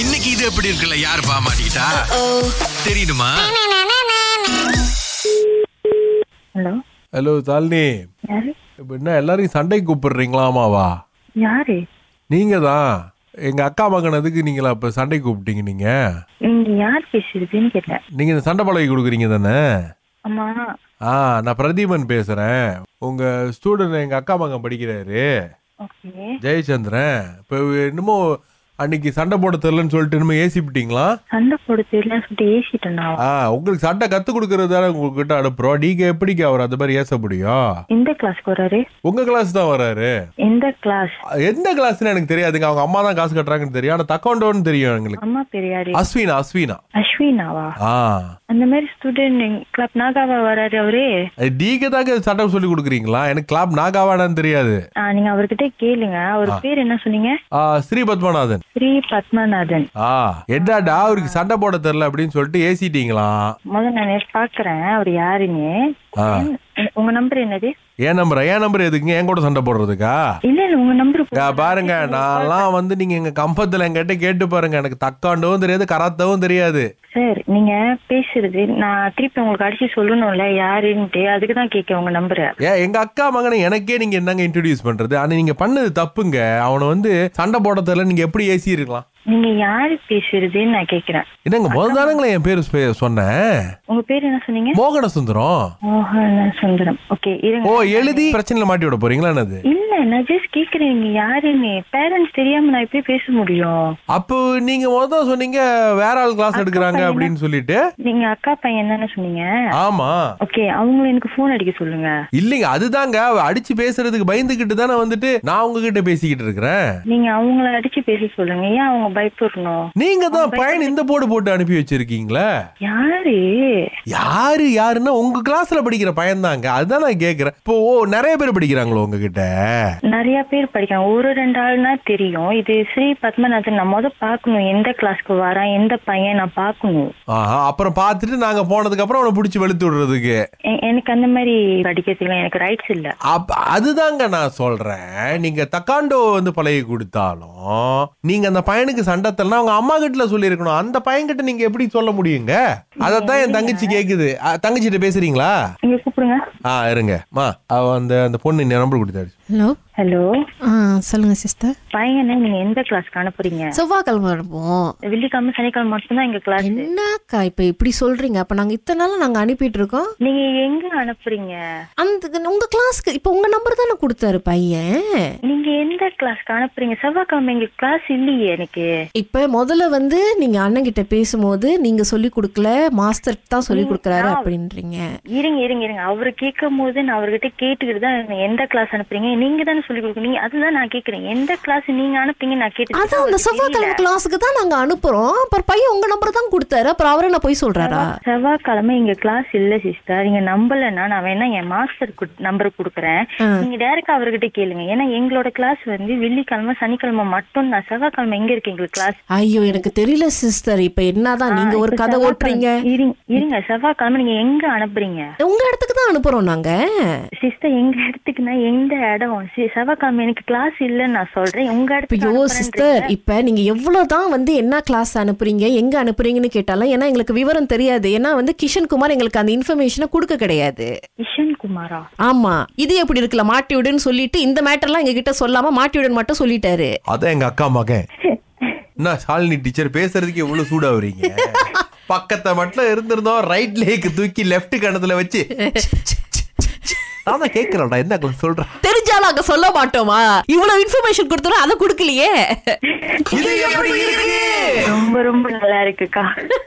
இன்னைக்கு இது எப்படி இருக்குல்ல யார் பாமாட்டா தெரியுமா ஹலோ ஹலோ தாலினி யாரு இப்போ என்ன எல்லாரையும் சண்டைக்கு கூப்பிடுறீங்களாமாவா யாரு நீங்கள் தான் எங்கள் அக்கா மகனதுக்கு நீங்களா இப்போ சண்டை கூப்பிட்டீங்க நீங்கள் நீங்க யார் பேசுறதுன்னு கேட்டேன் நீங்கள் இந்த சண்டை பழகி கொடுக்குறீங்க தானே அம்மா ஆ நான் பிரதீபன் பேசுகிறேன் உங்கள் ஸ்டூடெண்ட் எங்கள் அக்கா மகன் படிக்கிறாரு ஓகே ஜெயச்சந்திரன் இப்போ என்னமோ அன்னைக்கு சண்டை போட தெரிலன்னு சொல்லிட்டு என்னமோ ஏசிப்பிட்டீங்களா சண்டை போட தெரியலன்னு சொல்லிட்டு ஏசிட்டேன் நான் ஆ உங்களுக்கு சண்டை கற்றுக் கொடுக்கறது தானே உங்ககிட்ட அனுப்புகிறோம் நீங்கள் எப்படிக்கு அவர் அந்த மாதிரி ஏச முடியும் எந்த கிளாஸ்க்கு வராரு உங்கள் கிளாஸ் தான் வராரு எந்த கிளாஸ் எந்த கிளாஸ்னு எனக்கு தெரியாதுங்க அவங்க அம்மா தான் காசு கட்டுறாங்கன்னு தெரியும் ஆனா தக்கவுண்டோன்னு தெரியும் எங்களுக்கு அம்மா பேர் யாரு அஸ்வினா அஸ்வினா அஸ்வினாவா ஆ அந்த மாதிரி ஸ்டூடெண்ட் கிளப் நாகாவா வராரு அவரே நீங்க தாங்க சட்டம் சொல்லி கொடுக்குறீங்களா எனக்கு கிளாப் நாகாவாடான்னு தெரியாது ஆ, நீங்க அவர்கிட்ட கேளுங்க அவர் பேர் என்ன சொன்னீங்க ஆ ஸ்ரீ பத்மநாதன் ஸ்ரீ பத்மநாதன் ஆ என்னடா அவருக்கு சண்டை போட தெரில அப்படின்னு சொல்லிட்டு ஏசிட்டீங்களா முதல்ல நான் பாக்குறேன் அவர் யாருன்னு ஆ. உங்க- உங்க நம்பர் என்னது என் நம்பர் என் நம்பர் எதுக்குங்க என் கூட சண்டை போடுறதுக்கா இல்ல இல்ல உங்க நம்பர் இங்க பாருங்க நான்லாம் வந்து நீங்க எங்க கம்பத்துல என்கிட்ட கேட்டு பாருங்க எனக்கு தக்காண்டவும் தெரியாது கராத்தவும் தெரியாது சார் நீங்க பேசுறது நான் திருப்பி உங்களுக்கு அடிச்சு சொல்லணும்ல யாருன்ட்டு அதுக்கு தான் கேட்க உங்க நம்பரை ஏன் எங்க அக்கா மகனை எனக்கே நீங்க என்னங்க இன்ட்ரடியூஸ் பண்றது ஆனா நீங்க பண்ணது தப்புங்க அவனை வந்து சண்டை போட தெரியல நீங்க எப்படி ஏசிருக்கலாம் நீங்க யாரு பேசுறதுன்னு நான் கேக்குறேன் என்னங்க முதல் தானங்களே என் பேர் சொ- சொன்னேன் உங்க பேர் என்ன சொன்னீங்க மோகன சுந்தரம் மோகன சுந்தரம் ஓகே ஓ இருங்க எழுதி பிரச்சனையில மாட்டி விட போறீங்களா என்னது இல்ல நான் ஜஸ்ட் கேக்குறேன் நீங்க யாருன்னு பேரண்ட்ஸ் தெரியாம நான் எப்படி பேச முடியும் அப்போ நீங்க முதல் சொன்னீங்க வேற ஆள் கிளாஸ் எடுக்கிறாங்க அப்படின்னு சொல்லிட்டு நீங்க அக்கா பையன் தானே சொன்னீங்க ஆமா ஓகே அவங்கள எனக்கு ஃபோன் அடிக்க சொல்லுங்க இல்லைங்க அதுதாங்க அவ அடிச்சு பேசுறதுக்கு பயந்துகிட்டு தானே வந்துட்டு நான் உங்ககிட்ட பேசிக்கிட்டு இருக்கிறேன் நீங்க அவங்கள அடிச்சு பேச சொல்லுங்க ஏன் அவங்க பயப்படணும் நீங்க தான் பயன் இந்த போர்டு போட்டு அனுப்பி வச்சிருக்கீங்களே யாரு யாரு யாருன்னா உங்க கிளாஸ்ல படிக்கிற பையன்தாங்க அதுதான் நான் கேக்குறேன் இப்போ ஓ நிறைய பேர் படிக்கிறாங்களோ உங்ககிட்ட நிறைய பேர் படிக்கிறாங்க ஒரு ரெண்டு ஆள்னா தெரியும் இது ஸ்ரீ பத்மநாதன் நான் முத பார்க்கணும் எந்த கிளாஸ்க்கு வரான் எந்த பையன் நான் பார்க்கணும் ஆஹா அப்புறம் பார்த்துட்டு நாங்க போனதுக்கு அப்புறம் அவனை பிடிச்சி வெளுத்து விடுறதுக்கு எ- எனக்கு அந்த மாதிரி படிக்கிறதுக்குலாம் எனக்கு ரைட்ஸ் இல்ல அப்ப அதுதாங்க நான் சொல்றேன் நீங்க தக்காண்டோ வந்து பழகி கொடுத்தாலும் நீங்க அந்த பையனுக்கு சண்டத்தல்னா அவங்க அம்மா கிட்ட சொல்லியிருக்கணும் அந்த பையன்கிட்ட நீங்க எப்படி சொல்ல முடியுங்க அதைத்தான் என் தங்கச்சி கேக்குது அ, தங்கச்சிட்ட பேசுறீங்களா நீங்க கூப்பிடுங்க ஆ இருங்கம்மா அவ அந்த அந்த பொண்ணு நம்பர் கொடுத்தாச்சு ஹலோ ஹலோ ஆ சொல்லுங்க சிஸ்டர் பையனை நீங்க எந்த கிளாஸ்க்கு அனுப்புறீங்க செவ்வாய்க்கிழமை அனுப்புவோம் வெள்ளிக்கிழமை சனிக்கிழமை மட்டும்தான் எங்க கிளாஸ் என்னக்கா இப்ப இப்படி சொல்றீங்க அப்ப நாங்க இத்தனை நாள் நாங்க அனுப்பிட்டு இருக்கோம் நீங்க எங்க அனுப்புறீங்க அந்த உங்க கிளாஸ்க்கு இப்ப உங்க நம்பர் தானே கொடுத்தாரு பையன் நீங்க எந்த கிளாஸ்க்கு அனுப்புறீங்க செவ்வாய்க்கிழமை எங்க கிளாஸ் இல்லையே எனக்கு இப்ப முதல்ல வந்து நீங்க அண்ணன் கிட்ட பேசும்போது நீங்க சொல்லி கொடுக்கல மாஸ்டர் தான் சொல்லி கொடுக்கறாரு அப்படின்றீங்க இருங்க இருங்க இருங்க அவரு கேட்கும் போது நான் அவர்கிட்ட கேட்டுக்கிட்டு தான் இருந்தேன். எந்த கிளாஸ் அனுப்புறீங்க நீங்க தானே சொல்லி கொடுக்குறீங்க அதுதான் நான் கேக்குறேன் எந்த கிளாஸ் நீங்க அனுப்புறீங்க நான் அதான் அந்த செவ்வாய்க்கிழமை கேட்டு கிளாஸுக்கு தான் நாங்க அனுப்புறோம் அப்புறம் பையன் உங்க நம்பர் தான் கொடுத்தாரு அப்புறம் அவரே நான் போய் சொல்றாரா செவ்வாய்க்கிழமை இங்க கிளாஸ் இல்ல சிஸ்டர் நீங்க நம்பலன்னா நான் வேணா என் மாஸ்டர் நம்பர் கொடுக்குறேன் நீங்க டைரக்டா அவர்கிட்ட கேளுங்க ஏன்னா எங்களோட கிளாஸ் வந்து வெள்ளிக்கிழமை சனிக்கிழமை மட்டும் நான் செவ்வாய்க்கிழமை எங்க இருக்கு எங்களுக்கு கிளாஸ் ஐயோ எனக்கு தெரியல சிஸ்டர் இப்ப என்னதான் நீங்க ஒரு கதை ஓட்டுறீங்க இருங்க செவ்வாய்க்கிழமை நீங்க எங்க அனுப்புறீங்க உங்க இடத்துக்கு தான் அனுப்புறோம் நாங்க சிஸ்டர் எங்க இடத்துக்குன்னா எந்த இடம் சி- செவ்வாய்க்கிழமை எனக்கு கிளாஸ் இல்லன்னு நான் சொல்றேன் உங்க ஐயோ சிஸ்டர் இடத்துக்கு இப்ப நீங்க எவ்வளவுதான் வந்து என்ன கிளாஸ் அனுப்புறீங்க எங்க அனுப்புறீங்கன்னு கேட்டாலும் ஏன்னா எங்களுக்கு விவரம் தெரியாது ஏன்னா வந்து கிஷன் குமார் எங்களுக்கு அந்த இன்ஃபர்மேஷனை கொடுக்க கிடையாது கிஷன் குமாரா ஆமா இது எப்படி இருக்குல்ல மாட்டி விடுன்னு சொல்லிட்டு இந்த மேட்டர்லாம் எங்க கிட்ட சொல்லாம மாட்டி விடுன்னு மட்டும் சொல்லிட்டாரு அதான் எங்க அக்கா மகன் என்ன ஷாலினி டீச்சர் பேசுறதுக்கு எவ்வளவு சூடா வரீங்க பக்கத்தை மட்டும் இருந்திருந்தோம் ரைட் லேக்கு தூக்கி லெஃப்ட் கணத்துல வச்சு நான் தான் கேட்கிறேன்டா என்ன அக்கா சொல்றேன் தெரிஞ்சாலும் அங்க சொல்ல மாட்டோமா இவ்வளவு இன்ஃபர்மேஷன் கொடுத்தோம் அதை கொடுக்கலையே இது எப்படி இருக்கு ரொம்ப ரொம்ப நல்லா இருக்குக்கா